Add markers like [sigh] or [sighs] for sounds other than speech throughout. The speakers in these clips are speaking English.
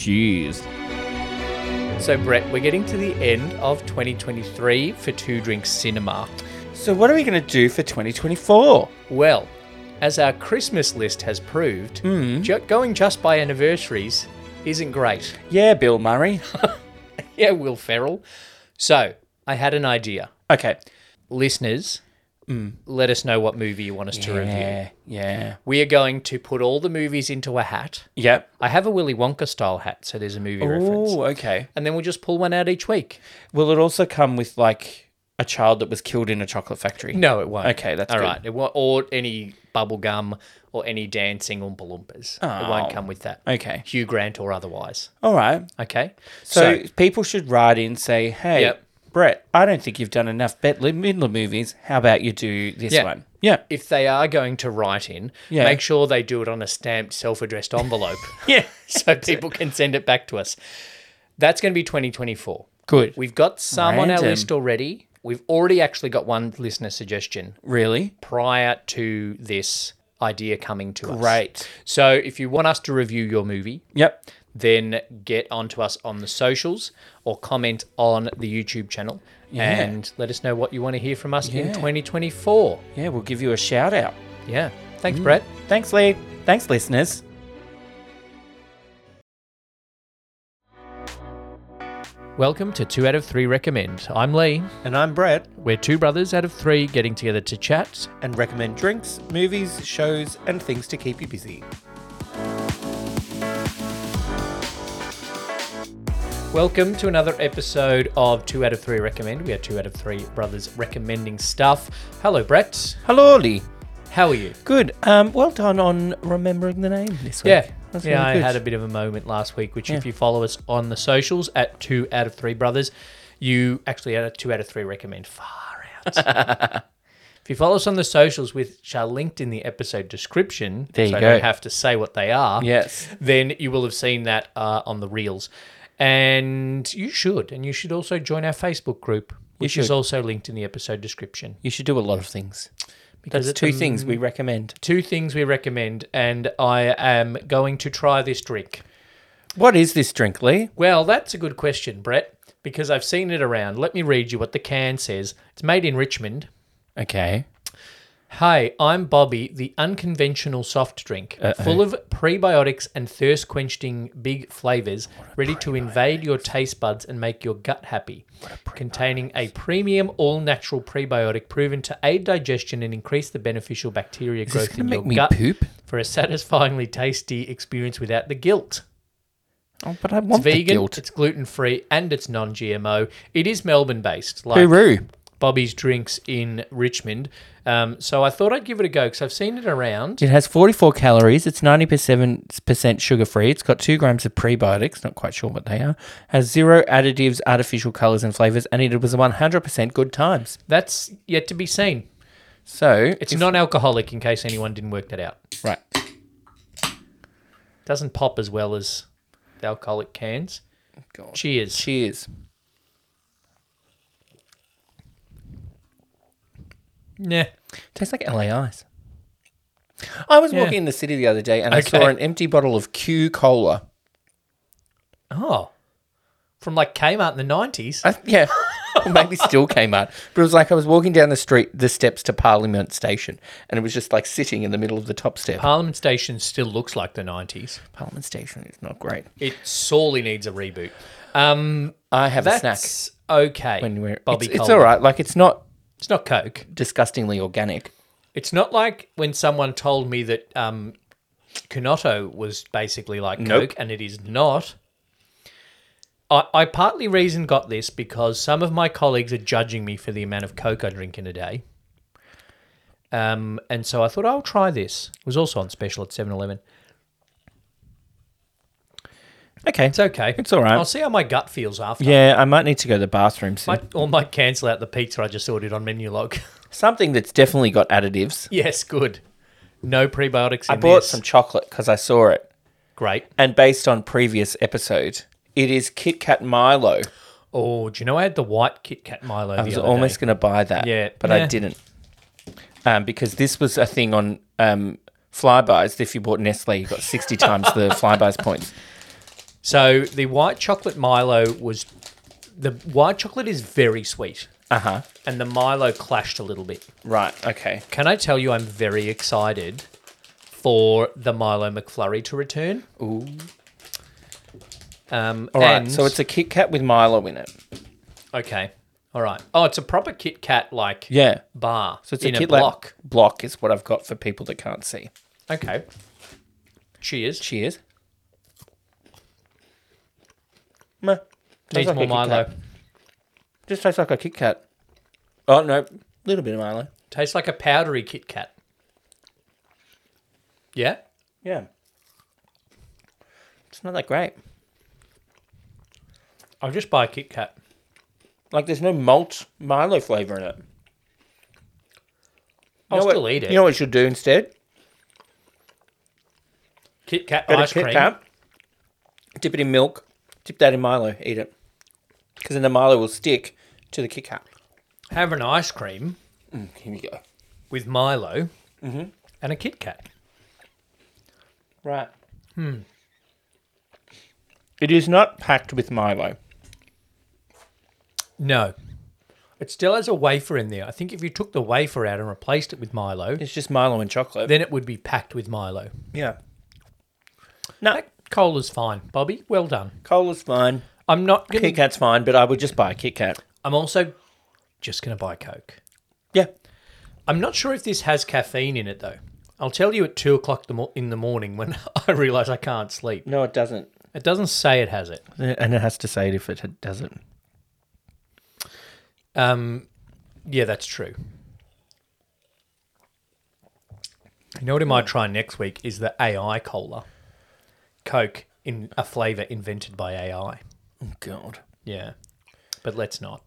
Cheers. So, Brett, we're getting to the end of 2023 for Two Drink Cinema. So, what are we going to do for 2024? Well, as our Christmas list has proved, ju- going just by anniversaries isn't great. [laughs] Yeah, Bill Murray. Yeah, Will Ferrell. So, I had an idea. [laughs] Okay. Listeners, let us know what movie you want us to review. Yeah, yeah. We are going to put all the movies into a hat. Yep. I have a Willy Wonka style hat, so there's a movie reference. Oh, okay. And then we'll just pull one out each week. Will it also come with like a child that was killed in a chocolate factory? No, it won't. Okay, that's all good. right. It won't, or any bubble gum or any dancing Oompa Loompas. It won't come with that. Oh, Okay. Hugh Grant or otherwise. All right. Okay. So, people should write in say, hey, Yep. Brett, I don't think you've done enough Bet Midler movies. How about you do this Yeah. one? Yeah. if they are going to write in, Yeah. make sure they do it on a stamped, self-addressed envelope. [laughs] Yeah. [laughs] so people can send it back to us. That's going to be 2024. Good. We've got some on Random. our list already. We've already actually got one listener suggestion Really? prior to this idea coming to us. Great. So if you want us to review your movie, Yep. then get onto us on the socials or comment on the YouTube channel and let us know what you want to hear from us in Yeah. 2024. Yeah, we'll give you a shout out. Yeah. Thanks, Brett. Thanks, Lee. Thanks, listeners. Welcome to Two Out of Three Recommend. I'm Lee. And I'm Brett, We're two brothers out of three getting together to chat. and recommend drinks, movies, shows, and things to keep you busy. Welcome to another episode of Two Out of Three Recommend. We are two out of three brothers recommending stuff. Hello, Brett. Hello, Lee. How are you? Good. Um, well done on remembering the name this week. Yeah. That's yeah, really I good. had a bit of a moment last week, which if Yeah. you follow us on the socials at two out of three brothers, you actually had a two out of three recommend far out. [laughs] if you follow us on the socials, which are linked in the episode description, There you so I go. don't have to say what they are. Yes. Then you will have seen that uh, on the reels. And you should. And you should also join our Facebook group, which is should. also linked in the episode description. You should do a lot of things. Because That's at the two things we recommend. Two things we recommend, and I am going to try this drink. What is this drink, Lee? Well, that's a good question, Brett, because I've seen it around. Let me read you what the can says. It's made in Richmond. Okay. Hey, I'm Bobby, the unconventional soft drink, full of prebiotics and thirst quenching big flavors, ready to invade your taste buds and make your gut happy. Containing a premium all natural prebiotic proven to aid digestion and increase the beneficial bacteria this growth gonna in your make me gut poop? for a satisfyingly tasty experience without the guilt. Oh, but I want the Vegan, guilt. it's gluten free, and it's non GMO. It is Melbourne based. Like, Hooroo. Bobby's Drinks in Richmond. Um, so I thought I'd give it a go because I've seen it around. It has 44 calories. It's 90% sugar free. It's got 2 grams of prebiotics. Not quite sure what they are. Has zero additives, artificial colors, and flavors. And it was 100% good times. That's yet to be seen. So It's non alcoholic in case anyone didn't work that out. Right. Doesn't pop as well as the alcoholic cans. God. Cheers. Cheers. Nah. Tastes like LA Ice. I was Yeah. walking in the city the other day and I Okay. saw an empty bottle of Q Cola. Oh. From like Kmart in the 90s. I, yeah. [laughs] Or Maybe still came out. But it was like I was walking down the street, the steps to Parliament Station, and it was just like sitting in the middle of the top step. Parliament Station still looks like the 90s. Parliament Station is not great. It sorely needs a reboot. Um, I have a snack. that's okay. when we're Bobby it's, it's Cole. all right. Like it's not It's not Coke. disgustingly organic. It's not like when someone told me that um, Canotto was basically like Nope. Coke, and it is not. I, I partly reason got this because some of my colleagues are judging me for the amount of Coke I drink in a day. Um, and so I thought I'll try this. It was also on special at 7 Eleven. Okay. It's okay. It's all right. I'll see how my gut feels after. yeah, I might need to go to the bathroom soon. Might, or might cancel out the pizza I just ordered on menu log. Something that's definitely got additives. [laughs] yes, good. No prebiotics in I bought this. some chocolate because I saw it, Great. and based on previous episode, it is Kit Kat Milo. Oh, do you know I had the white Kit Kat Milo I the was other almost day? going to buy that, Yeah. but Yeah. I didn't um, because this was a thing on [laughs] um, flybys. If you bought Nestle, you got sixty times the flybys points. So the white chocolate Milo was the white chocolate is very sweet, Uh huh. and the Milo clashed a little bit. Right. Okay. Can I tell you, I'm very excited for the Milo McFlurry to return. Ooh. Um, All right. and- So it's a Kit Kat with Milo in it. okay. All right. Oh, it's a proper Kit Kat like Yeah. bar. So it's in a a, Kit Kat block. block is what I've got for people that can't see. Okay. Cheers. Cheers. Meh. Needs Tastes like more a Kit Kat. Milo. Just tastes like a Kit Kat. Oh no, little bit of Milo. Tastes like a powdery Kit Kat. Yeah. Yeah. It's not that great. I'll just buy a Kit Kat. Like there's no malt Milo flavour in it. I'll You know what- still eat it. You know what you should do instead? Kit Kat Get a ice Kit cream. Kat, dip it in milk, dip that in Milo, eat it. Because then the Milo will stick to the Kit Kat. Have an ice cream Here we go. with Milo Mm-hmm. and a Kit Kat. Right. Hmm. It is not packed with Milo. No. It still has a wafer in there. I think if you took the wafer out and replaced it with Milo, It's just Milo and chocolate. then it would be packed with Milo. yeah. No, Cola's fine, Bobby. Well done. cola's fine. I'm not gonna Kit Kat's fine, but I would just buy a Kit Kat. I'm also just gonna buy Coke. Yeah. I'm not sure if this has caffeine in it though. I'll tell you at two o'clock the mo- in the morning when [laughs] I realise I can't sleep. No, it doesn't. It doesn't say it has it. And it has to say it if it doesn't. Um, yeah, that's true. You know what I might try next week is the AI cola, Coke in a flavor invented by AI. Oh, God. Yeah, but let's not.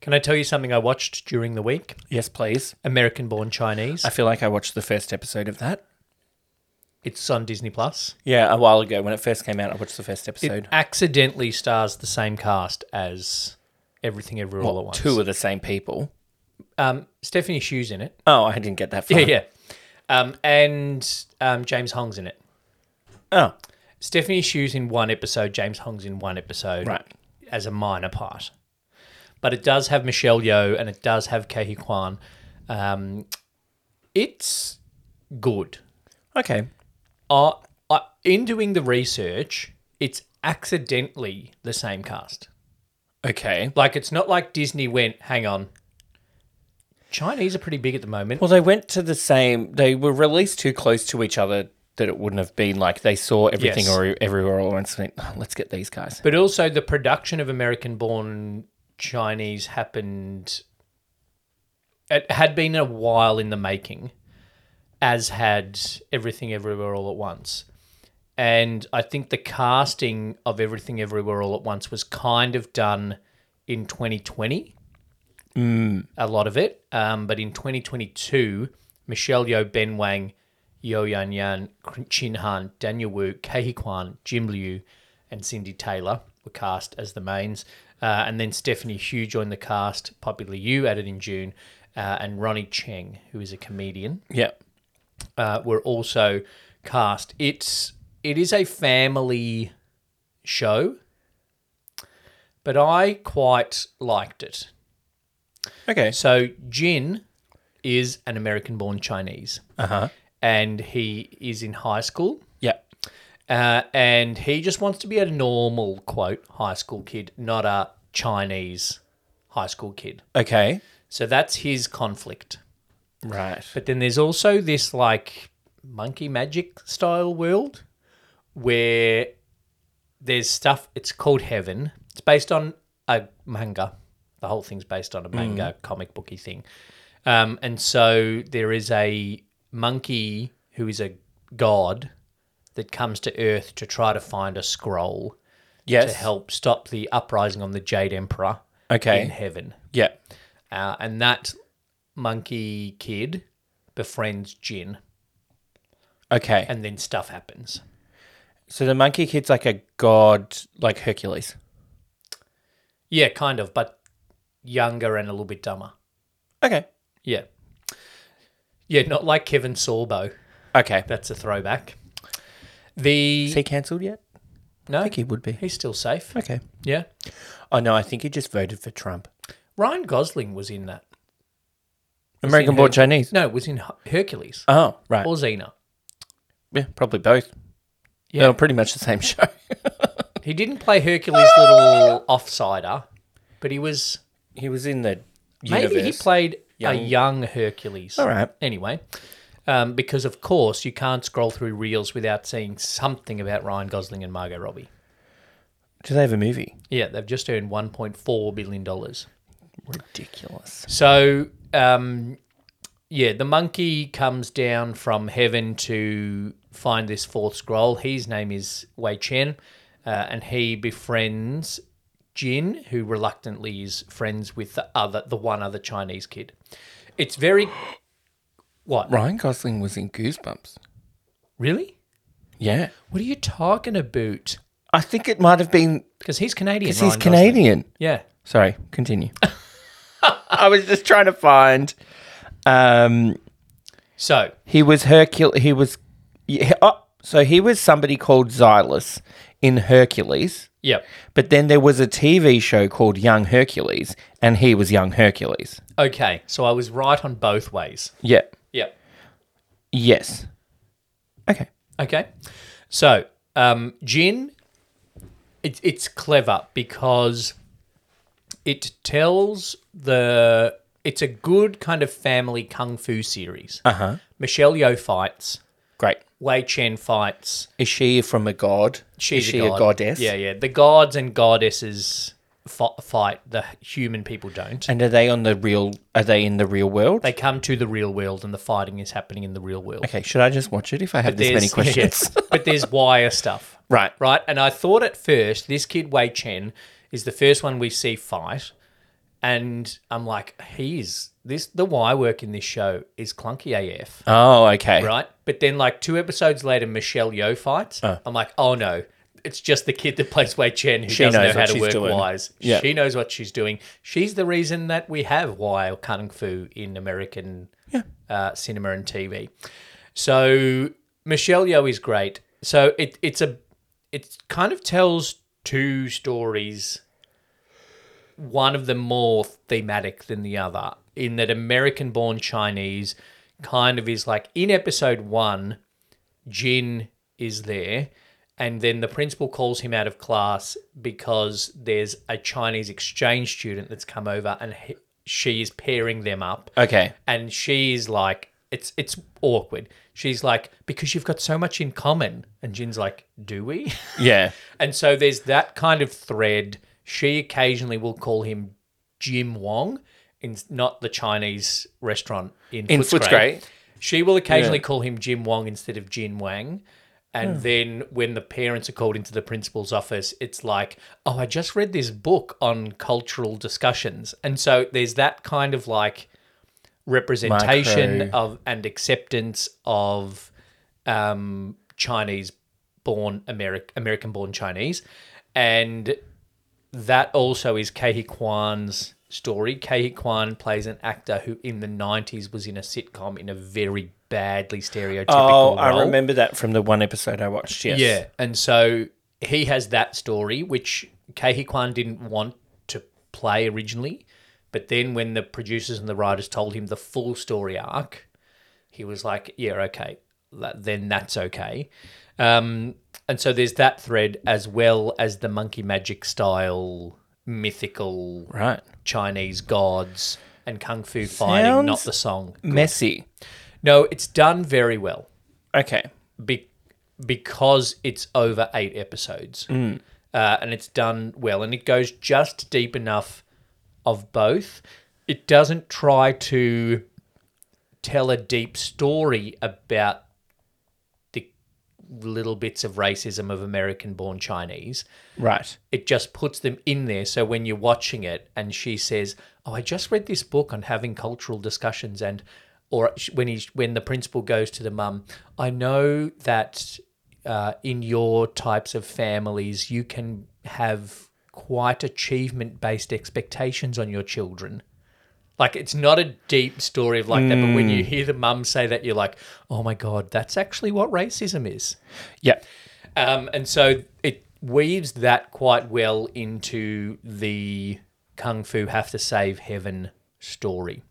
Can I tell you something I watched during the week? Yes, please. American Born Chinese. I feel like I watched the first episode of that. It's on Disney Plus. Yeah, a while ago when it first came out, I watched the first It episode. accidentally stars the same cast as Everything Everywhere All at Once. Two of the same people. Um, Stephanie Shu's in it. Oh, I didn't get that far. Yeah, yeah. Um, and um, James Hong's in it. Oh, Stephanie Shu's in one episode, James Hong's in one episode, Right. As a minor part, but it does have Michelle Yeoh and it does have Kahi Kwan. Um, it's good. okay. Uh, I, in doing the research, it's accidentally the same cast. Okay. Like it's not like Disney went, hang on. Chinese are pretty big at the moment. Well, they went to the same, they were released too close to each other that it wouldn't have been like they saw everything Yes. or everywhere all at once. and went, "Oh, Let's get these guys. But also the production of American born Chinese happened it had been a while in the making, as had everything everywhere all at once. And I think the casting of Everything Everywhere All at Once was kind of done in 2020, a lot of it. Um, but in 2022, Michelle Yeoh, Ben Wang, Yo Yan Yan, Chin Han, Daniel Wu, Kahi Kwan, Jim Liu, and Cindy Taylor were cast as the mains. Uh, and then Stephanie Hugh joined the cast, Popular You added in June, uh, and Ronnie Cheng, who is a comedian Yeah. uh, were also cast. It's it is a family show, but I quite liked it. Okay. So Jin is an American-born Chinese, Uh huh. and he is in high school. Yeah. Uh, and he just wants to be a normal quote high school kid, not a Chinese high school kid. Okay. So that's his conflict. Right. But then there's also this like monkey magic style world where there's stuff. It's called Heaven. It's based on a manga. The whole thing's based Mm. on a manga comic booky thing. Um, and so there is a monkey who is a god that comes to Earth to try to find a scroll Yes. to help stop the uprising on the Jade Emperor Okay. in Heaven. Yeah. Uh, and that monkey kid befriends Jin, Okay. and then stuff happens. so the monkey kid's like a god, like Hercules. Yeah, kind of, but younger and a little bit dumber. Okay. Yeah. Yeah, not like Kevin Sorbo. Okay. That's a throwback. The Is he cancelled yet? No, I think he would be. he's still safe. Okay. Yeah. Oh no, I think he just voted for Trump. Ryan Gosling was in that. American her- born Chinese. No, was in Her- Hercules Oh, right. or Xena. yeah, probably both. Yeah. Yeah. They were pretty much the same [laughs] show. He didn't play Hercules' little offsider, but he was he was in the universe. maybe he played a Young- young Hercules. All right. Anyway, um, because of course you can't scroll through reels without seeing something about Ryan Gosling and Margot Robbie. Do they have a movie? Yeah, they've just earned 1.4 billion dollars. Ridiculous. So, um, yeah, the monkey comes down from heaven to find this fourth scroll. His name is Wei Chen, uh, and he befriends Jin, who reluctantly is friends with the other, the one other Chinese kid. It's very what Ryan Gosling was in Goosebumps. really? Yeah. What are you talking about? I think it might have been Because he's Canadian. because he's Ryan Gosling. Canadian. Yeah, Sorry, continue. [laughs] I was just trying to find. Um, so he was Hercules. He was. Yeah, oh, so he was somebody called Xylus in Hercules. yeah, But then there was a TV show called Young Hercules, and he was Young Hercules. okay. So I was right on both ways. Yeah. Yeah. Yes. Okay. Okay. So, um, gin, it, it's clever because it tells the. It's a good kind of family kung fu series. Uh Uh-huh. huh. Michelle Yeoh fights, Great. Wei Chen fights. Is she from a god? She's Is she a, goddess? Yeah, yeah. The gods and goddesses fi- fight. The human people don't. And are they on the real? Are they in the real world? they come to the real world, and the fighting is happening in the real world. okay. Should I just watch it if I have this many There's- [laughs] yeah, questions? yeah. but there's wire stuff. [laughs] Right. Right. And I thought at first this kid Wei Chen is the first one we see fight. And I'm like, he's this the wire work in this show is clunky AF. Oh, okay. Right. But then like two episodes later, Michelle Yeoh fights. Uh. I'm like, oh no. It's just the kid that plays Wei Chen who She doesn't know knows how what to she's work doing. wires. Yeah. She knows what she's doing. She's the reason that we have wire kung fu in American uh, cinema and TV. So Michelle Yeoh is great. So it it's a it kind of tells two stories. One of them more thematic than the other, in that American-born Chinese kind of is like in episode one, Jin is there, and then the principal calls him out of class because there's a Chinese exchange student that's come over, and he, she is pairing them up Okay. and she's like it's it's awkward she's like because you've got so much in common and jin's like do we [laughs] Yeah. and so there's that kind of thread she occasionally will call him jim wong in not the chinese restaurant in, In footscray Footscray. she will occasionally call him jim wong instead of jin wang and Hmm. then when the parents are called into the principal's office it's like oh i just read this book on cultural discussions and so there's that kind of like representation Micro. of and acceptance of um, Chinese born American American born Chinese and that also is Kahi Kwan's story. Kahi Kwan plays an actor who in the 90s was in a sitcom in a very badly stereotypical Oh, role. I remember that from the one episode I watched. Yes. Yeah. And so he has that story, which Kahi Kwan didn't want to play originally. But then when the producers and the writers told him the full story arc, he was like, yeah, okay, that, then that's okay. Um, and so there's that thread as well as the monkey magic style mythical Right. Chinese gods and kung fu fighting, not Sounds- the song. Messy. No, it's done very well Okay. be- because it's over eight episodes uh, and it's done well and it goes just deep enough of both it doesn't try to tell a deep story about the little bits of racism of american born chinese Right. it just puts them in there. So when you're watching it and she says, Oh, I just read this book on having cultural discussions and or sh- when he's when the principal goes to the mum, I know that uh, in your types of families you can have quite achievement based expectations on your children. Like it's not a deep story of like that, but when you hear the mum say that, you're like, Oh my god, that's actually what racism is. Yeah. Um, and so it weaves that quite well into the Kung Fu Have to Save Heaven story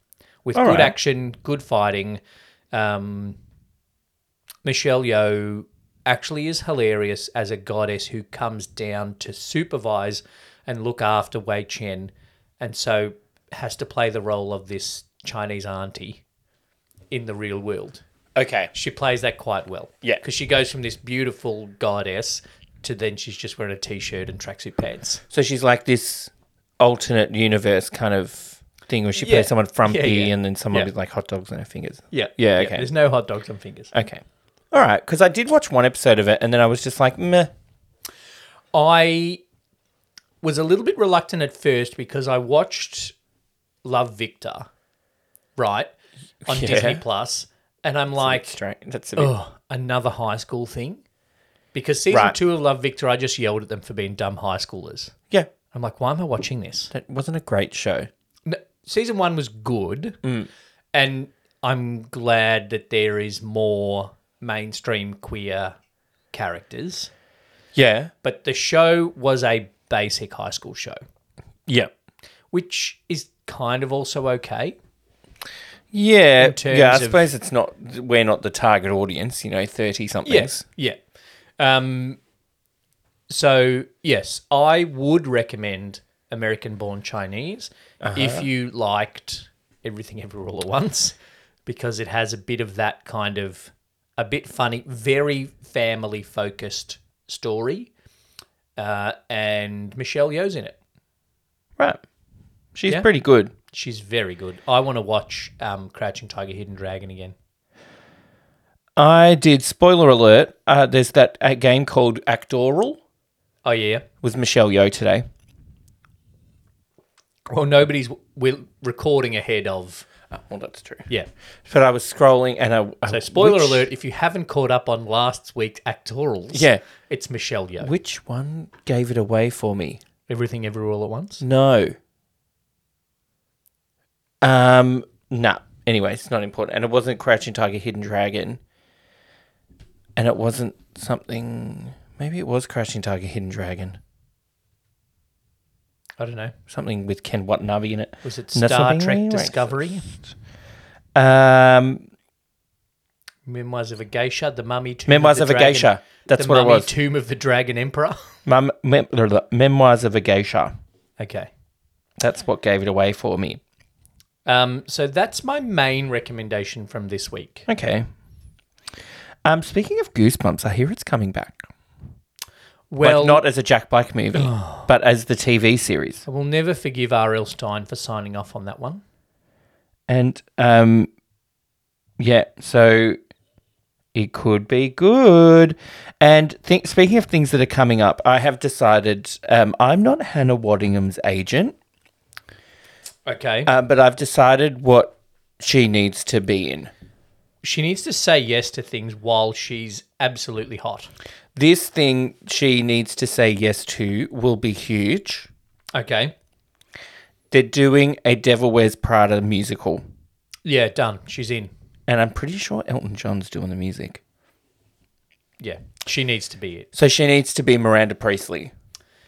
with All good right. action, good fighting. Um, Michelle Yeoh actually is hilarious as a goddess who comes down to supervise and look after Wei Chen, and so has to play the role of this Chinese auntie in the real world. Okay. She plays that quite well. Yeah. because she goes from this beautiful goddess to then she's just wearing a t-shirt and tracksuit pants. So she's like this alternate universe kind of thing where she Yeah. plays someone frumpy Yeah, yeah. and then someone Yeah. with like hot dogs on her fingers. Yeah, Yeah, okay. There's no hot dogs on fingers. Okay. All right. Because I did watch one episode of it and then I was just like, meh. I was a little bit reluctant at first because I watched Love Victor, right, on Yeah. Disney Plus, and I'm like, Straight. That's a bit. oh, another high school thing. Because season Right. two of Love Victor, I just yelled at them for being dumb high schoolers. Yeah. I'm like, why am I watching this? That wasn't a great show. No, season one was good, and I'm glad that there is more mainstream queer characters. Yeah. But the show was a basic high school show, Yeah. which is kind of also okay. Yeah. terms Yeah. I of- suppose it's not, we're not the target audience, you know, 30 somethings. yeah. Um, so yes, I would recommend American-born Chinese if you liked Everything Everywhere All at Once, because it has a bit of that kind of a bit funny, very family-focused story, uh, and Michelle Yeoh's in it. Right. She's Yeah. pretty good. She's very good. I want to watch um, Crouching Tiger, Hidden Dragon again. I did, spoiler alert, uh, there's that uh, game called Actoral Oh yeah. with Michelle Yeoh today. Well, nobody's we're recording ahead of well, that's true. yeah. But I was scrolling and I. I- So spoiler which- alert: if you haven't caught up on last week's actorals, Yeah. it's Michelle Yeoh. Which one gave it away for me? Everything, everywhere, all at once. No. Um. Nah. Anyway, it's not important, and it wasn't Crouching Tiger, Hidden Dragon, and it wasn't something. Maybe it was Crouching Tiger, Hidden Dragon. I don't know. Something with Ken Watanabe in it. Was it And that's Star something Trek we- Discovery? Um. Memoirs of a Geisha, The Mummy. Tomb Memoirs the of a Dragon- Geisha. That's the what it Mummy, was. Tomb of the Dragon Emperor. [laughs] Mem- mem- Memoirs of a Geisha. okay. That's what gave it away for me. Um, so that's my main recommendation from this week. Okay. Um, speaking of Goosebumps, I hear it's coming back. Well, like not as a Jack Black movie, but as the TV series. I will never forgive R.L. Stein for signing off on that one. And um, yeah, so it could be good. And think, speaking of things that are coming up, I have decided um, I'm not Hannah Waddingham's agent, Okay. uh, but I've decided what she needs to be in. she needs to say yes to things while she's absolutely hot. This thing she needs to say yes to will be huge. Okay. They're doing a Devil Wears Prada musical. Yeah, done. She's in. And I'm pretty sure Elton John's doing the music. Yeah. She needs to be it. So she needs to be Miranda Priestley.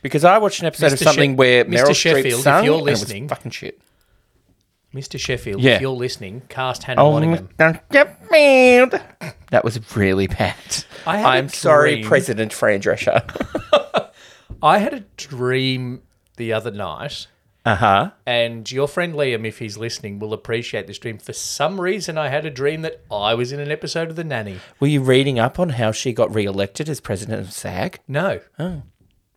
Because I watched an episode of Mr. something She- where Mr. Meryl Sheffield, Streep if sang you're and it was listening- fucking shit. Mr. Sheffield, Yeah. if you're listening, cast Hannah Oh, Waddingham. Mr. Sheffield. That was really bad. I had a I'm sorry, dream. President Fran Drescher. [laughs] I had a dream the other night, Uh huh. and your friend Liam, if he's listening, will appreciate this dream. For some reason, I had a dream that I was in an episode of The Nanny. Were you reading up on how she got re-elected as president of SAG? No.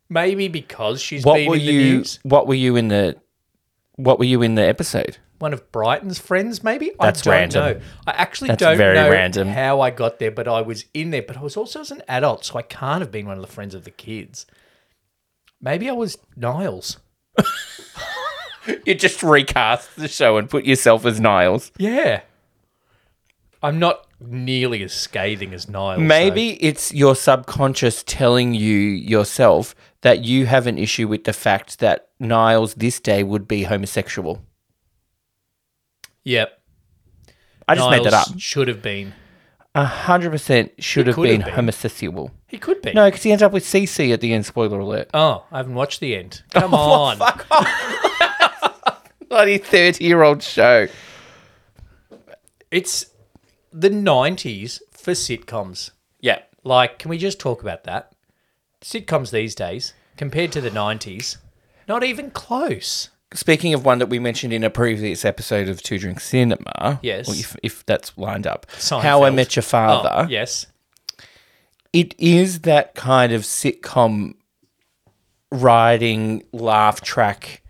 Maybe because she's Oh. What been were in the you? news. What were you in the? What were you in the episode? One of Brighton's friends, maybe? That's I don't random. know. I actually That's don't very know random. how I got there, but I was in there. But I was also as an adult, so I can't have been one of the friends of the kids. Maybe I was Niles. You just recast the show and put yourself as Niles. Yeah. I'm not nearly as scathing as Niles. though. Maybe it's your subconscious telling you yourself that you have an issue with the fact that Niles this day would be homosexual. Yep. I just made that up. Should have been. hundred percent should He have could been, have been. homosexual. He could be. No, because he ended up with CC at the end. Spoiler alert. Oh, I haven't watched [laughs] the end. Oh, Come on. Bloody thirty-year-old show. It's the 90s for sitcoms. Yeah. Like, can we just talk about that? Sitcoms these days, compared to the 90s, not even close. Speaking of one that we mentioned in a previous episode of Two Drink Cinema, Yes. or if, if that's lined up, Seinfeld. How I Met Your Oh, Father. yes. It is that kind of sitcom riding laugh track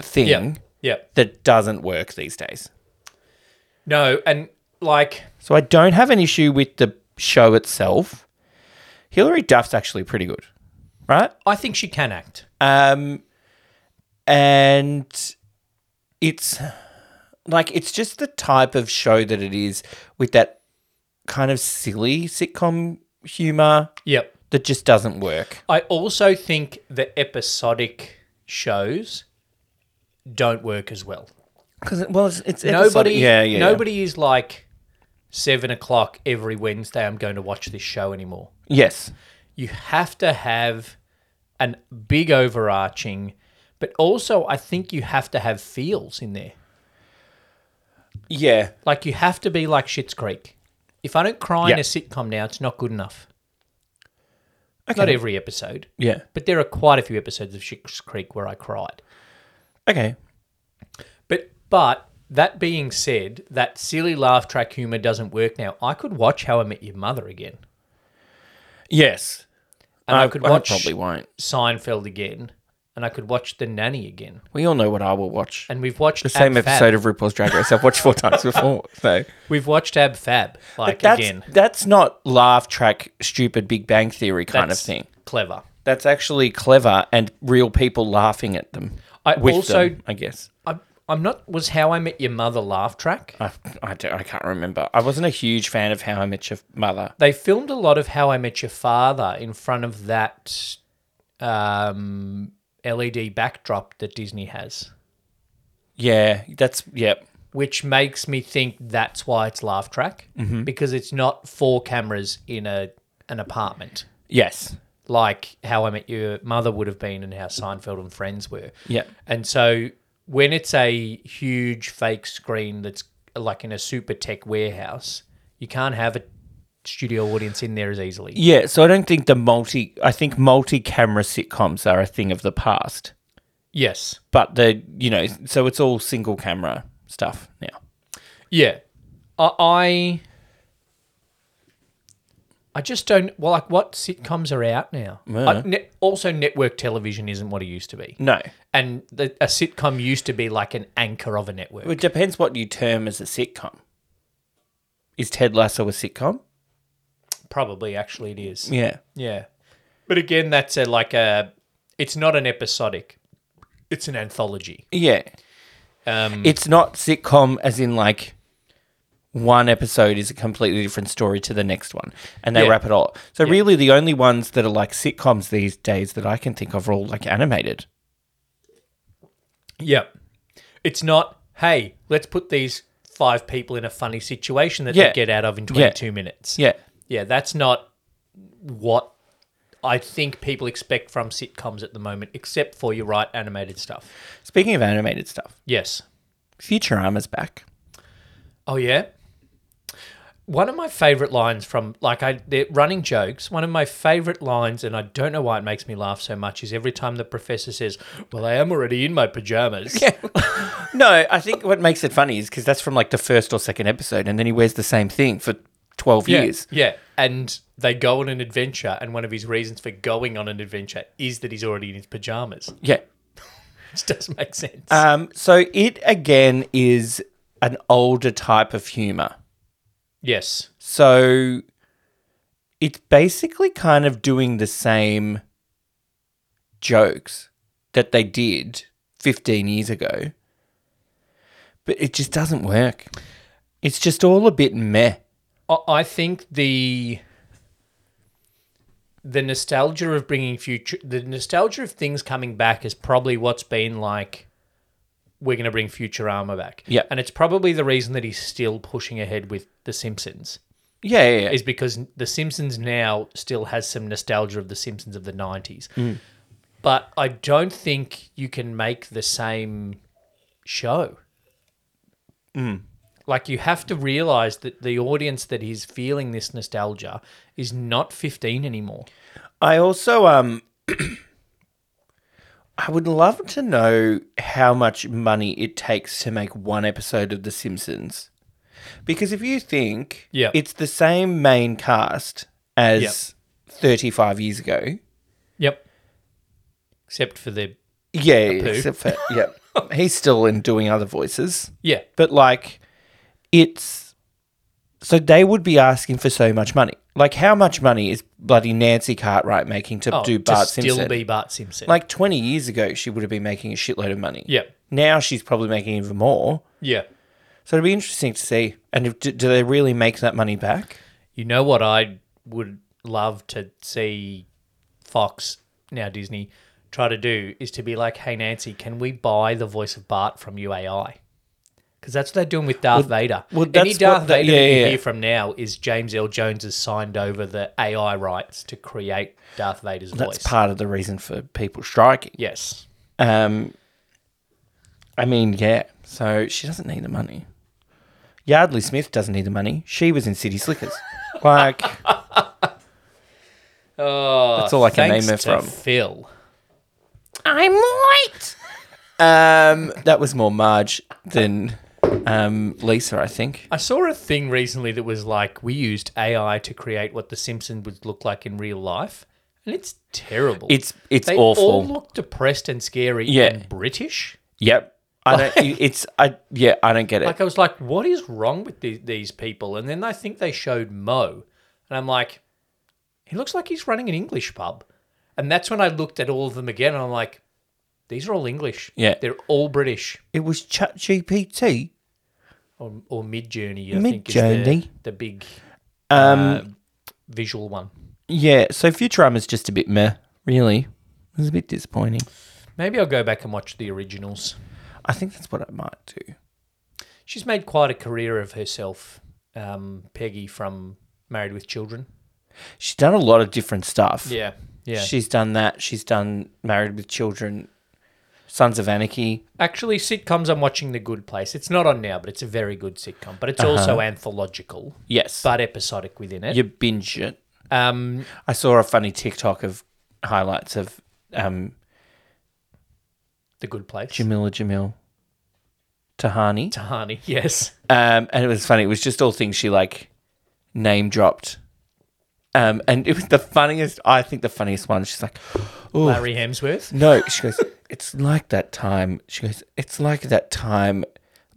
thing Yeah. Yeah. that doesn't work these days. No, and like, So I don't have an issue with the show itself. Hilary Duff's actually pretty good, right? I think she can act. Um, and it's like it's just the type of show that it is with that kind of silly sitcom humor Yep. that just doesn't work. I also think the episodic shows don't work as well. Because well, it's, it's Nobody, episodic- yeah, yeah, nobody is like seven o'clock every Wednesday. I'm going to watch this show anymore. yeah. Yes, You have to have an big overarching, but also I think you have to have feels in there. yeah. Like you have to be like Shit's Creek. If I don't cry Yeah. in a sitcom now, it's not good enough. Okay. Not every episode. yeah. But there are quite a few episodes of Shit's Creek where I cried. Okay. But but that being said, that silly laugh track humor doesn't work now. I could watch How I Met Your Mother again, Yes. and I, could watch probably won't. Seinfeld again, and I could watch The Nanny again. We all know what I will watch. And we've watched the same Ab Fab. episode of RuPaul's Drag Race I've watched four [laughs] times before. So We've watched Ab Fab like that's again. that's not laugh track, stupid Big Bang Theory kind That's of thing. Clever. That's actually clever and real people laughing at them. I with also- them, I guess. I, I'm not. Was How I Met Your Mother laugh track? I, I, don't, I can't remember. I wasn't a huge fan of How I Met Your Mother. They filmed a lot of How I Met Your Father in front of that um, LED backdrop that Disney has. Yeah, that's yep. which makes me think that's why it's laugh track because it's not four cameras in a an apartment Yes. like how I Met Your Mother would have been and how Seinfeld and Friends were. Yep. And so when it's a huge fake screen that's like in a super tech warehouse, you can't have a studio audience in there as easily. Yeah, so I don't think the multi I think multi camera sitcoms are a thing of the past. Yes. But the you know, so it's all single camera stuff now. Yeah. I I, I just don't well like what sitcoms are out now. I- ne- also network television isn't what it used to be. No. And the, a sitcom used to be like an anchor of a network. It depends what you term as a sitcom. Is Ted Lasso a sitcom? Probably actually it is. Yeah. Yeah. But again that's a like a it's not an episodic. It's an anthology. Yeah. Um It's not sitcom as in like one episode is a completely different story to the next one and they Yeah. wrap it all. So really the only ones that are like sitcoms these days that I can think of are all like animated. yeah. It's not hey, let's put these five people in a funny situation that Yeah. they get out of in Yeah. 22 minutes. Yeah. Yeah, that's not what I think people expect from sitcoms at the moment, except for your right animated stuff. Speaking of animated stuff, Yes. Futurama's back. Oh yeah. One of my favorite lines from like I they're running jokes. One of my favorite lines, and I don't know why it makes me laugh so much, is every time the professor says, "Well, I am already in my pajamas." Yeah. No, I think what makes it funny is because that's from like the first or second episode and then he wears the same thing for 12 years. Yeah. And they go on an adventure, and one of his reasons for going on an adventure is that he's already in his pajamas, [laughs] Yeah. which does make sense. Um, so it again is an older type of humor. yes. So it's basically kind of doing the same jokes that they did 15 years ago, but it just doesn't work. It's just all a bit meh. I I think the the nostalgia of bringing future, the nostalgia of things coming back is probably what's been like. We're going to bring Futurama back, Yeah. and it's probably the reason that he's still pushing ahead with The Simpsons Yeah, yeah, yeah. is because The Simpsons now still has some nostalgia of The Simpsons of the 90s. Mm. But I don't think you can make the same show. Mm. Like, you have to realize that the audience that is feeling this nostalgia is not 15 anymore. I also um [clears throat] I would love to know how much money it takes to make one episode of The Simpsons. Because if you think Yeah. it's the same main cast as 35 years ago. Yep. Except for the. Yeah, poo. except [laughs] for yeah. He's still in doing other voices. Yeah. But like it's so they would be asking for so much money. Like how much money is bloody Nancy Cartwright making to Oh, do to Bart still Simpson? be Bart Simpson. Like 20 years ago, she would have been making a shitload of money. yeah. Now she's probably making even more. Yeah. So it'd be interesting to see. And if, do, do they really make that money back? You know what I would love to see Fox, now Disney, try to do is to be like, hey, Nancy, can we buy the voice of Bart from UAI? Because that's what they're doing with Darth Vader. well, Any that's Darth what they- Vader yeah, that you yeah, yeah. hear from now is James L. Jones has signed over the AI rights to create Darth Vader's That's voice. part of the reason for people striking. yes. Um, I mean, yeah. So she doesn't need the money. Yardley Smith doesn't need the money. She was in City Slickers. [laughs] like, Oh, That's all I can thanks name her to from. Phil. I'm white. Um, that was more Marge than um, Lisa, I think. I saw a thing recently that was like, we used AI to create what The Simpsons would look like in real life. And it's terrible. It's it's They awful. all look depressed and scary Yeah. and British. Yep. I don't. it's I. Yeah, I don't get it. Like I was like, what is wrong with the- these people? And then I think they showed Mo, and I'm like, he looks like he's running an English pub. And that's when I looked at all of them again, and I'm like, these are all English. Yeah. they're all British. it was Chat GPT. Or, or Mid Journey, I think is the, Midjourney. the big Um. uh, visual one. yeah. So Futurama's just a bit meh. Really, it was a bit disappointing. Maybe I'll go back and watch the originals. I think that's what I might do. She's made quite a career of herself, um, Peggy from Married with Children. She's done a lot of different stuff. Yeah, yeah. She's done that. She's done Married with Children, Sons of Anarchy. Actually, sitcoms I'm watching The Good Place. It's not on now, but it's a very good sitcom. But it's also Uh-huh. anthological, Yes. but episodic within it. you binge it. Um, I saw a funny TikTok of highlights of um, the Good Place. Jamila Jamil Tahani. Tahani, [laughs] yes. Um, and it was funny. It was just all things she like name dropped. Um, and it was the funniest. I think the funniest one. She's like, "Oh Larry Hemsworth. no!" She goes, "It's like that time." She goes, "It's like that time."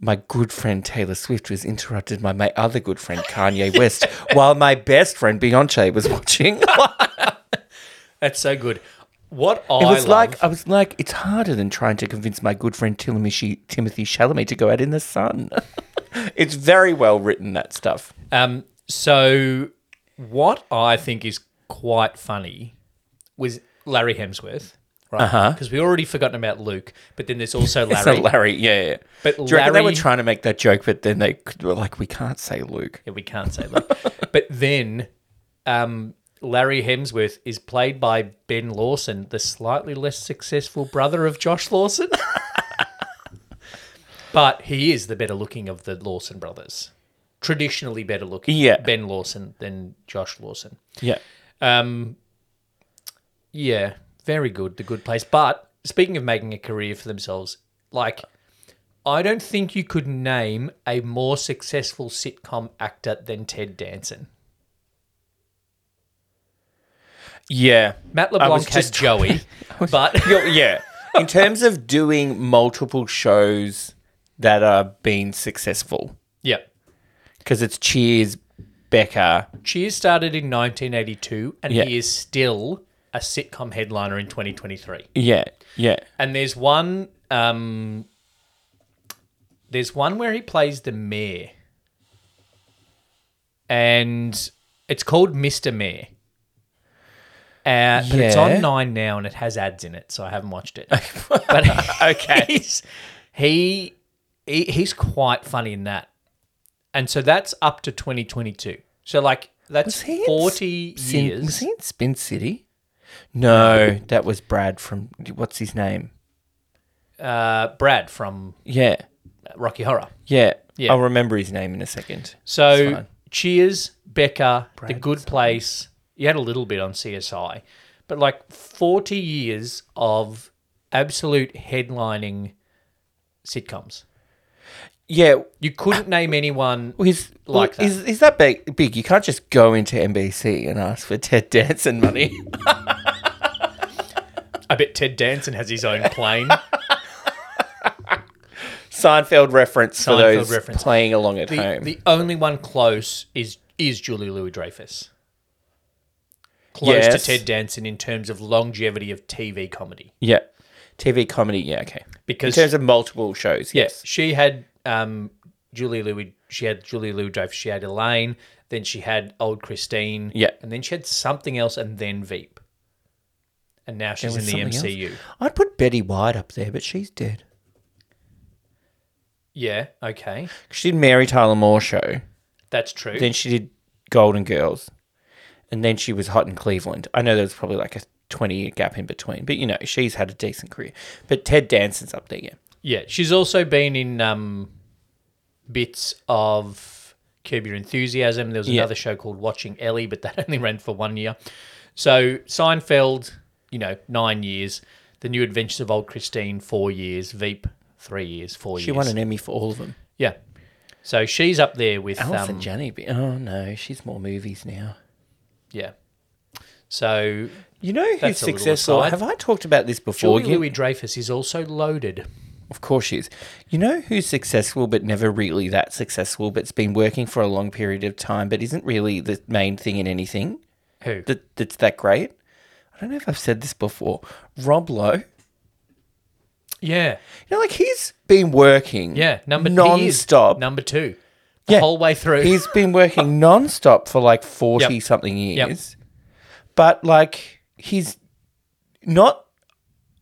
My good friend Taylor Swift was interrupted by my other good friend Kanye West while my best friend Beyonce was watching. That's so good. What I It was love- like I was like, it's harder than trying to convince my good friend Timothy Timothy Chalamet to go out in the sun. it's very well written that stuff. Um, so what I think is quite funny was Larry Hemsworth, right? Uh-huh. Because we already forgotten about Luke, but then [laughs] there's also So Larry. Larry, yeah, yeah. But Do you reckon they Larry- were trying to make that joke, but then they were like, we can't say Luke. Yeah, we can't say that. but then um, Larry Hemsworth is played by Ben Lawson, the slightly less successful brother of Josh Lawson. [laughs] but he is the better looking of the Lawson brothers. Traditionally better looking Yeah. Ben Lawson than Josh Lawson. Yeah. Um, yeah, very good. The good place. But speaking of making a career for themselves, like, I don't think you could name a more successful sitcom actor than Ted Danson. Yeah. Matt I was LeBlanc has just- Joey, [laughs] but [laughs] You're- yeah. In terms of doing multiple shows that are being successful, yeah. because it's Cheers, Becca. Cheers started in 1982, and Yeah. he is still a sitcom headliner in 2023. Yeah. Yeah. And there's one, um, there's one where he plays the mayor, and it's called Mister Mayor. Uh, but it's Yeah. on Nine now, and it has ads in it, so I haven't [laughs] watched it. but Okay. he's, he, he he's quite funny in that, and so that's up to 2022. So like Was that's he in forty Sin- years. was he in Spin City? No, that was Brad from what's his name? uh, Brad from Yeah, Rocky Horror. yeah, Yeah. I'll remember his name in a second. It's So fine. Cheers, Becca, The Brad Good Place. You had a little bit on CSI, but like forty years of absolute headlining sitcoms. Yeah, You couldn't name anyone. well, he's Like well, that. Is, is that big, big? You can't just go into NBC and ask for Ted Danson money. [laughs] I bet Ted Danson has his own [laughs] plane. Seinfeld reference for Seinfeld those reference. playing along at the, home. the only one close is is Julie Louis Dreyfus. Close Yes. to Ted Danson in terms of longevity of TV comedy. yeah, TV comedy. Yeah, okay. Because- in terms of multiple shows, yes. Yes, she had um, Julie Louis. She had Julie Louis Dreyfus. She had Elaine. Then she had old Christine. Yeah. and then she had something else, and then Veep. And now she's in was the something MCU. I'd put Betty White up there, but she's dead. Yeah, okay, She did Mary Tyler Moore show. that's true. Then she did Golden Girls, and then she was hot in Cleveland. I know there was probably like a twenty year gap in between, but you know she's had a decent career. But Ted Danson's up there, yeah. yeah, she's also been in um, bits of Curb Your Enthusiasm. There was Yeah. another show called Watching Ellie, but that [laughs] only ran for one year. So Seinfeld, you know, nine years. The New Adventures of Old Christine, four years. Veep, three years. Four She years. won an Emmy for all of them. Yeah. So she's up there with Alice um, and Janney. be- Oh no, she's more movies now. yeah. So You know who's That's a little successful? aside. Have I talked about this before? Julie You- Louis Dreyfus is also loaded. Of course she is. You know who's successful but never really that successful, but's been working for a long period of time, but isn't really the main thing in anything Who? that, that's that great? I don't know if I've said this before. Rob Lowe. You yeah. know, like he's been working Yeah. Number he is non-stop. Number two. The Yeah. whole way through. he's been working non-stop for like 40 Yep. something years. But like he's not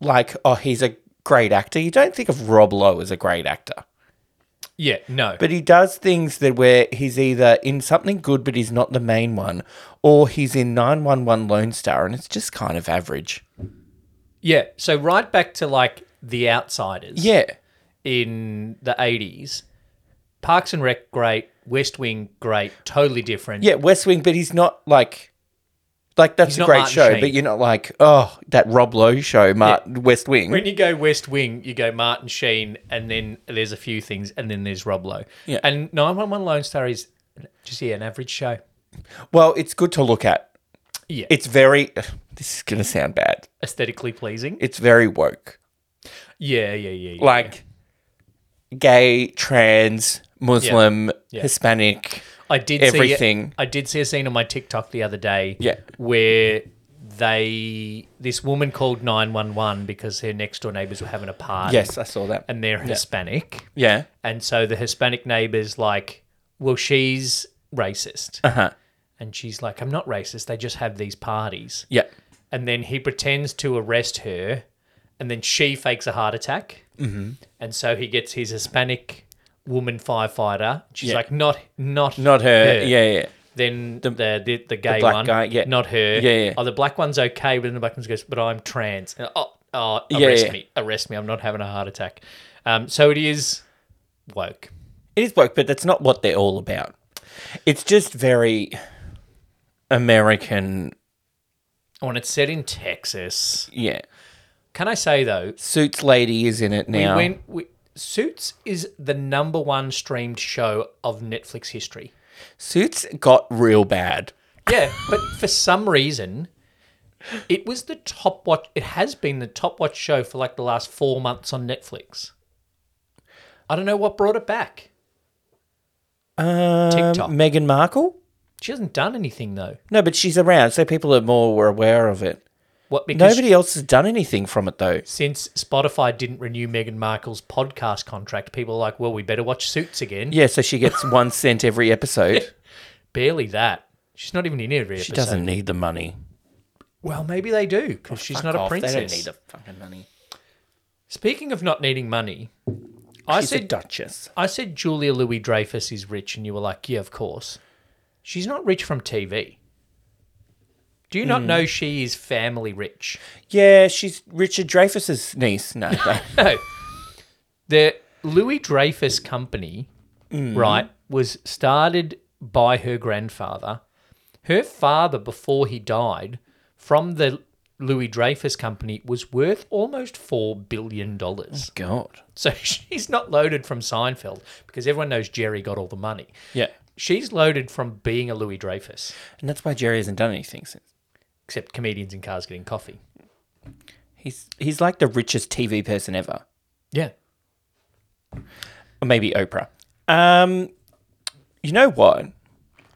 like oh he's a great actor. You don't think of Rob Lowe as a great actor. [laughs] yeah. No. But he does things that where he's either in something good, but he's not the main one, or he's in 911 Lone Star and it's just kind of average. yeah. So right back to like The Outsiders Yeah. in the 80s. Parks and Rec, great. West Wing, great. Totally different. Yeah, West Wing, but he's not like. Like that's He's a not great Martin show, Sheen. but you're not like oh that Rob Lowe show, Mart West Wing. When you go West Wing, you go Martin Sheen, and then there's a few things, and then there's Rob Lowe. Yeah. And 911 Lone Star is just, yeah, an average show. Well, it's good to look at. Yeah. It's very. [sighs] This is gonna sound bad. aesthetically pleasing. It's very woke, Yeah, yeah, yeah. yeah. like gay, trans, Muslim, Hispanic. I did everything. See, I did see a scene on my TikTok the other day. Yeah. Where they this woman called nine one one because her next door neighbors were having a party. Yes, I saw that. And they're Hispanic, yeah. and so the Hispanic neighbors like, well, she's racist, Uh huh. and she's like, I'm not racist. They just have these parties. Yeah. and then he pretends to arrest her, and then she fakes a heart attack, mm-hmm. and so he gets his Hispanic woman firefighter. She's Yeah. like, not, not, Not her. Yeah, yeah. Then the the, the, gay black one, guy, yeah. not her. Yeah, yeah. Oh, the black one's okay, but then the black one goes, but I'm trans. And, oh, oh, arrest Yeah, yeah. me, arrest me. I'm not having a heart attack. Um, so it is woke. It is woke, but that's not what they're all about. It's just very American. Oh, and it's set in Texas. Yeah. Can I say though, Suits Lady is in it we now. went. We, Suits is the number one streamed show of Netflix history. Suits got real bad. Yeah, but for some reason, it was the top watch. It has been the top watch show for like the last four months on Netflix. I don't know what brought it back. Um, TikTok. Meghan Markle? She hasn't done anything though. No, but she's around, so people are more aware of it. What because Nobody else has done anything from it, though. since Spotify didn't renew Meghan Markle's podcast contract, people are like, "Well, we better watch Suits again." Yeah, so she gets [laughs] one cent every episode. Barely that. She's not even in every She episode. doesn't need the money. Well, maybe they do because she's Fuck not a off, princess. They don't need the fucking money. Speaking of not needing money, I She's a said duchess. I said Julia Louis Dreyfus is rich, and you were like, yeah, of course. She's not rich from TV. Do you not know she is family rich? [laughs] Yeah, she's Richard Dreyfus's niece. [laughs] No, no. No. The Louis Dreyfus Company, right, was started by her grandfather. Her father, before he died, from the Louis Dreyfus Company, was worth almost $4 billion. Hmm. God. [laughs] So she's not loaded from Seinfeld because everyone knows Jerry got all the money. Yeah, She's loaded from being a Louis Dreyfus, and that's why Jerry hasn't done anything since. except comedians in cars getting coffee. He's he's like the richest TV person ever, Yeah. or maybe Oprah. Um, you know what?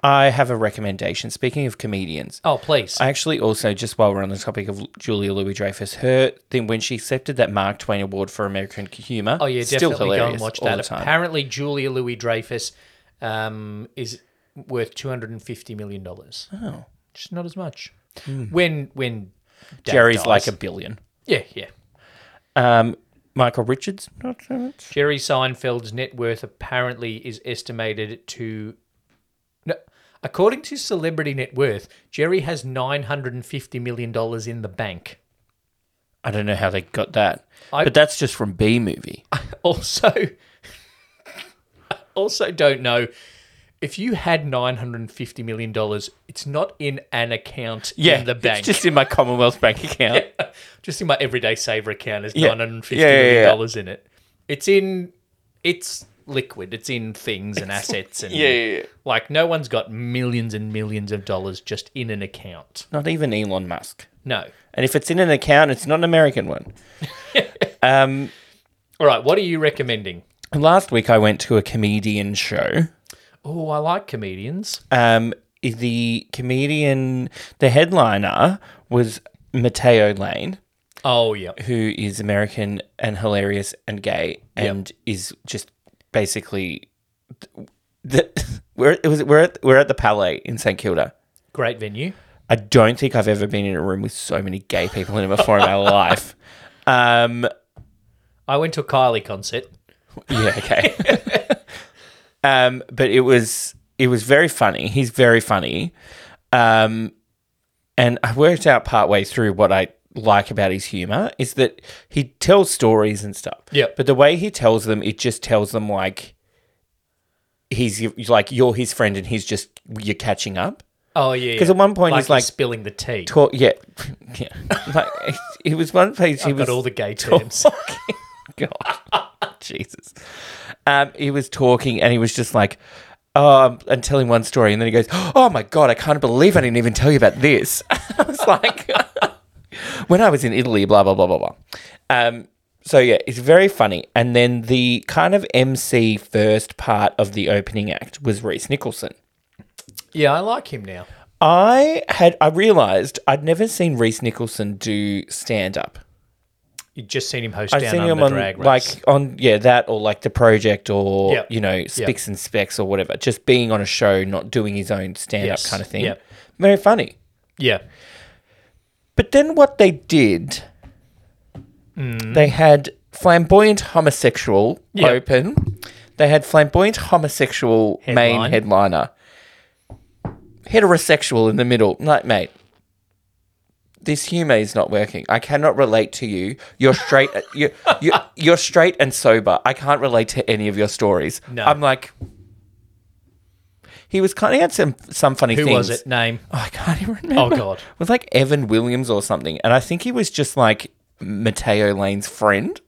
I have a recommendation. Speaking of comedians, Oh, please. I actually also just while we're on the topic of Julia Louis Dreyfus, her thing when she accepted that Mark Twain Award for American Humor. Oh yeah, still definitely go and hilarious watch all that. the time. Apparently, Julia Louis Dreyfus um, is worth two hundred and fifty million dollars. Oh, just not as much. When when Dad Hmm. Jerry's dies. like a billion. yeah yeah. Um, Michael Richards, not so much. Jerry Seinfeld's net worth apparently is estimated to, no, according to Celebrity Net Worth, Jerry has nine hundred and fifty million dollars in the bank. I don't know how they got that, I- but that's just from B [laughs] movie. also also don't know if you had nine hundred and fifty million dollars, it's not in an account in the bank. it's Just, just in my Commonwealth bank [laughs] account. in my everyday saver account is Yeah. nine hundred and fifty Yeah, million yeah, yeah. dollars in it. It's in it's liquid. It's in things and assets and Yeah, yeah, yeah. like no one's got millions and millions of dollars just in an account. Not even Elon Musk. No. And if it's in an account, it's not an American one. um, All right, what are you recommending? last week I went to a comedian show. Oh, I like comedians. Um, the comedian, the headliner was Matteo Lane, Oh yeah. who is American and hilarious and gay, and is just basically the, [laughs] we're it was we're at, we're at the Palais in St Kilda. Great venue. I don't think I've ever been in a room with so many gay people in it before in my life. Um, I went to a Kylie concert. Yeah, okay. [laughs] um, but it was it was very funny. He's very funny. Um, and I worked out partway through what I like about his humor is that he tells stories and stuff. Yep. But the way he tells them, it just tells them like he's y- like you're his friend and he's just you're catching up. Oh yeah. 'Cause at one point he's you're like- spilling the tea. Talk, yeah, [laughs] yeah. Like, it, it was one place he I've was got all the gay terms. [laughs] [laughs] God, Jesus. Um, he was talking and he was just like, um, and telling one story, and then he goes, "Oh my God, I can't believe I didn't even tell you about this." [laughs] I was like, [laughs] "When I was in Italy, blah blah blah blah blah." Um, so yeah, it's very funny. And then the kind of MC first part of the opening act was Reese Nicholson. yeah, I like him now. I had I realized I'd never seen Reese Nicholson do stand up. You've just seen him host I've down seen under him on drag race. like on yeah that or like the project or Yep. you know spics and specs or whatever. Just being on a show, not doing his own stand up Yes. kind of thing. Yep. Very funny. yeah. But then what they did, they had flamboyant homosexual Mm. Yep. open. They had flamboyant homosexual main Headline. headliner. Heterosexual in the middle. Like, mate, this humor is not working. I cannot relate to you. You're straight. [laughs] you, you, you're straight and sober. I can't relate to any of your stories. No. I'm like, he was kind of had some some funny Who things. was it? Name. Oh, I can't even remember. God. It was like Evan Williams or something. And I think he was just like Matteo Lane's friend,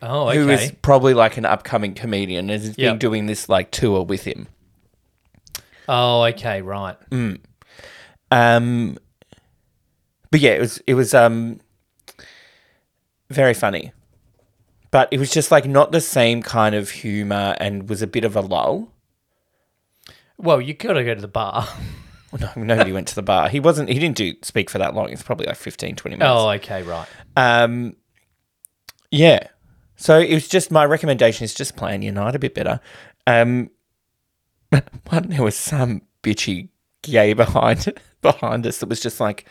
Oh, okay. who is probably like an upcoming comedian and has been Yep. doing this like tour with him. oh, okay, right. Um, but yeah, it was it was um very funny. But it was just like not the same kind of humor and was a bit of a lull. Well, you gotta go to [laughs] the bar. No, nobody went to the bar. He wasn't he didn't do speak for that long. It's probably like 15, 20 minutes. oh, okay, right. Um, yeah. So it was just my recommendation is just plan your night a bit better. Um, [laughs] one there was some bitchy gay behind [laughs] behind us that was just like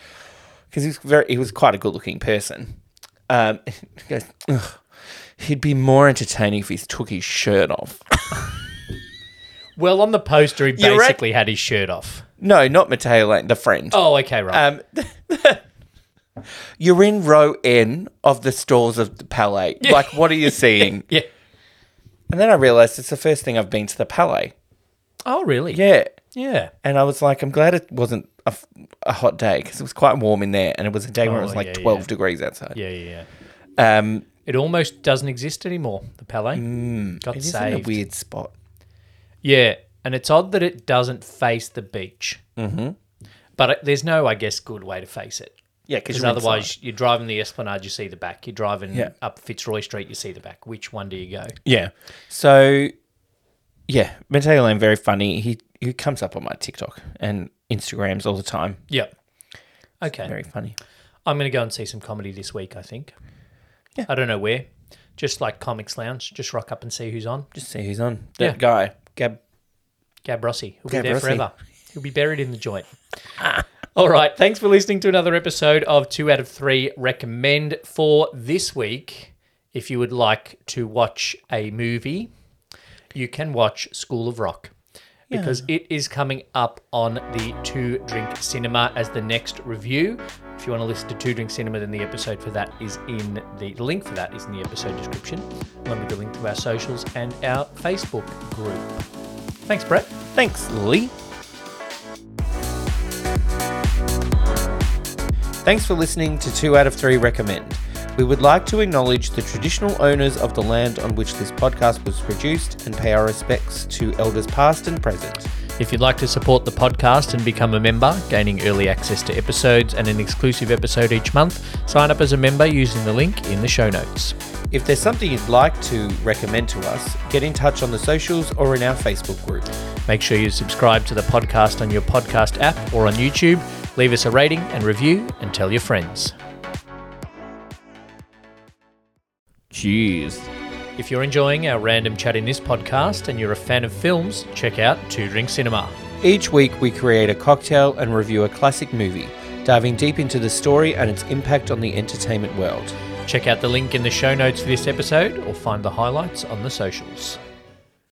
because he was very he was quite a good looking person. Um, [laughs] he goes, "Ugh, he'd be more entertaining if he took his shirt off. Well, on the poster, he You reckon- basically had his shirt off. No, not Matteo Lang, the friend. Oh, okay, Um, right. [laughs] you're in row N of the stalls of the Palais. Like, what are you seeing? yeah. And then I realized it's the first thing I've been to the Palais. Oh, really? Yeah. Yeah. And I was like, I'm glad it wasn't a, f- a hot day because it was quite warm in there. And it was a day when it Oh, was like yeah, 12 yeah. degrees outside. Yeah, yeah, yeah. Um, It almost doesn't exist anymore, the Palais. Got Mm. it is in a saved. weird spot. Yeah, and it's odd that it doesn't face the beach. Mm-hmm. But it- there's no, I guess, good way to face it. Yeah, because Because otherwise, you're driving the Esplanade, you see the back. You're driving Yeah. up Fitzroy Street, you see the back. Which one do you go? Yeah. So, yeah, Matteo Lang, very funny. He, he comes up on my TikTok and Instagrams all the time. Yep. Okay. Very funny. I'm going to go and see some comedy this week, I think. Yeah. I don't know where. Just like Comics Lounge, just rock up and see who's on. Just see who's on. That Yeah. guy, Gab. Gab Rossi. He'll Gab be there Rossi. forever. He'll be buried in the joint. [laughs] All right. Thanks for listening to another episode of Two Out of Three Recommend for this week. If you would like to watch a movie, you can watch School of Rock because it is coming up on the Two Drink Cinema as the next review. If you want to listen to Two Drink Cinema, then the episode for that is in the, the link for that is in the episode description, along with the link to our socials and our Facebook group. Thanks, Brett. Thanks, Lee. Thanks for listening to 2 out of 3 Recommend. We would like to acknowledge the traditional owners of the land on which this podcast was produced and pay our respects to elders past and present. If you'd like to support the podcast and become a member, gaining early access to episodes and an exclusive episode each month, sign up as a member using the link in the show notes. If there's something you'd like to recommend to us, get in touch on the socials or in our Facebook group. Make sure you subscribe to the podcast on your podcast app or on YouTube. Leave us a rating and review and tell your friends. Cheers. If you're enjoying our random chat in this podcast and you're a fan of films, check out Two Drink Cinema. Each week, we create a cocktail and review a classic movie, diving deep into the story and its impact on the entertainment world. Check out the link in the show notes for this episode or find the highlights on the socials.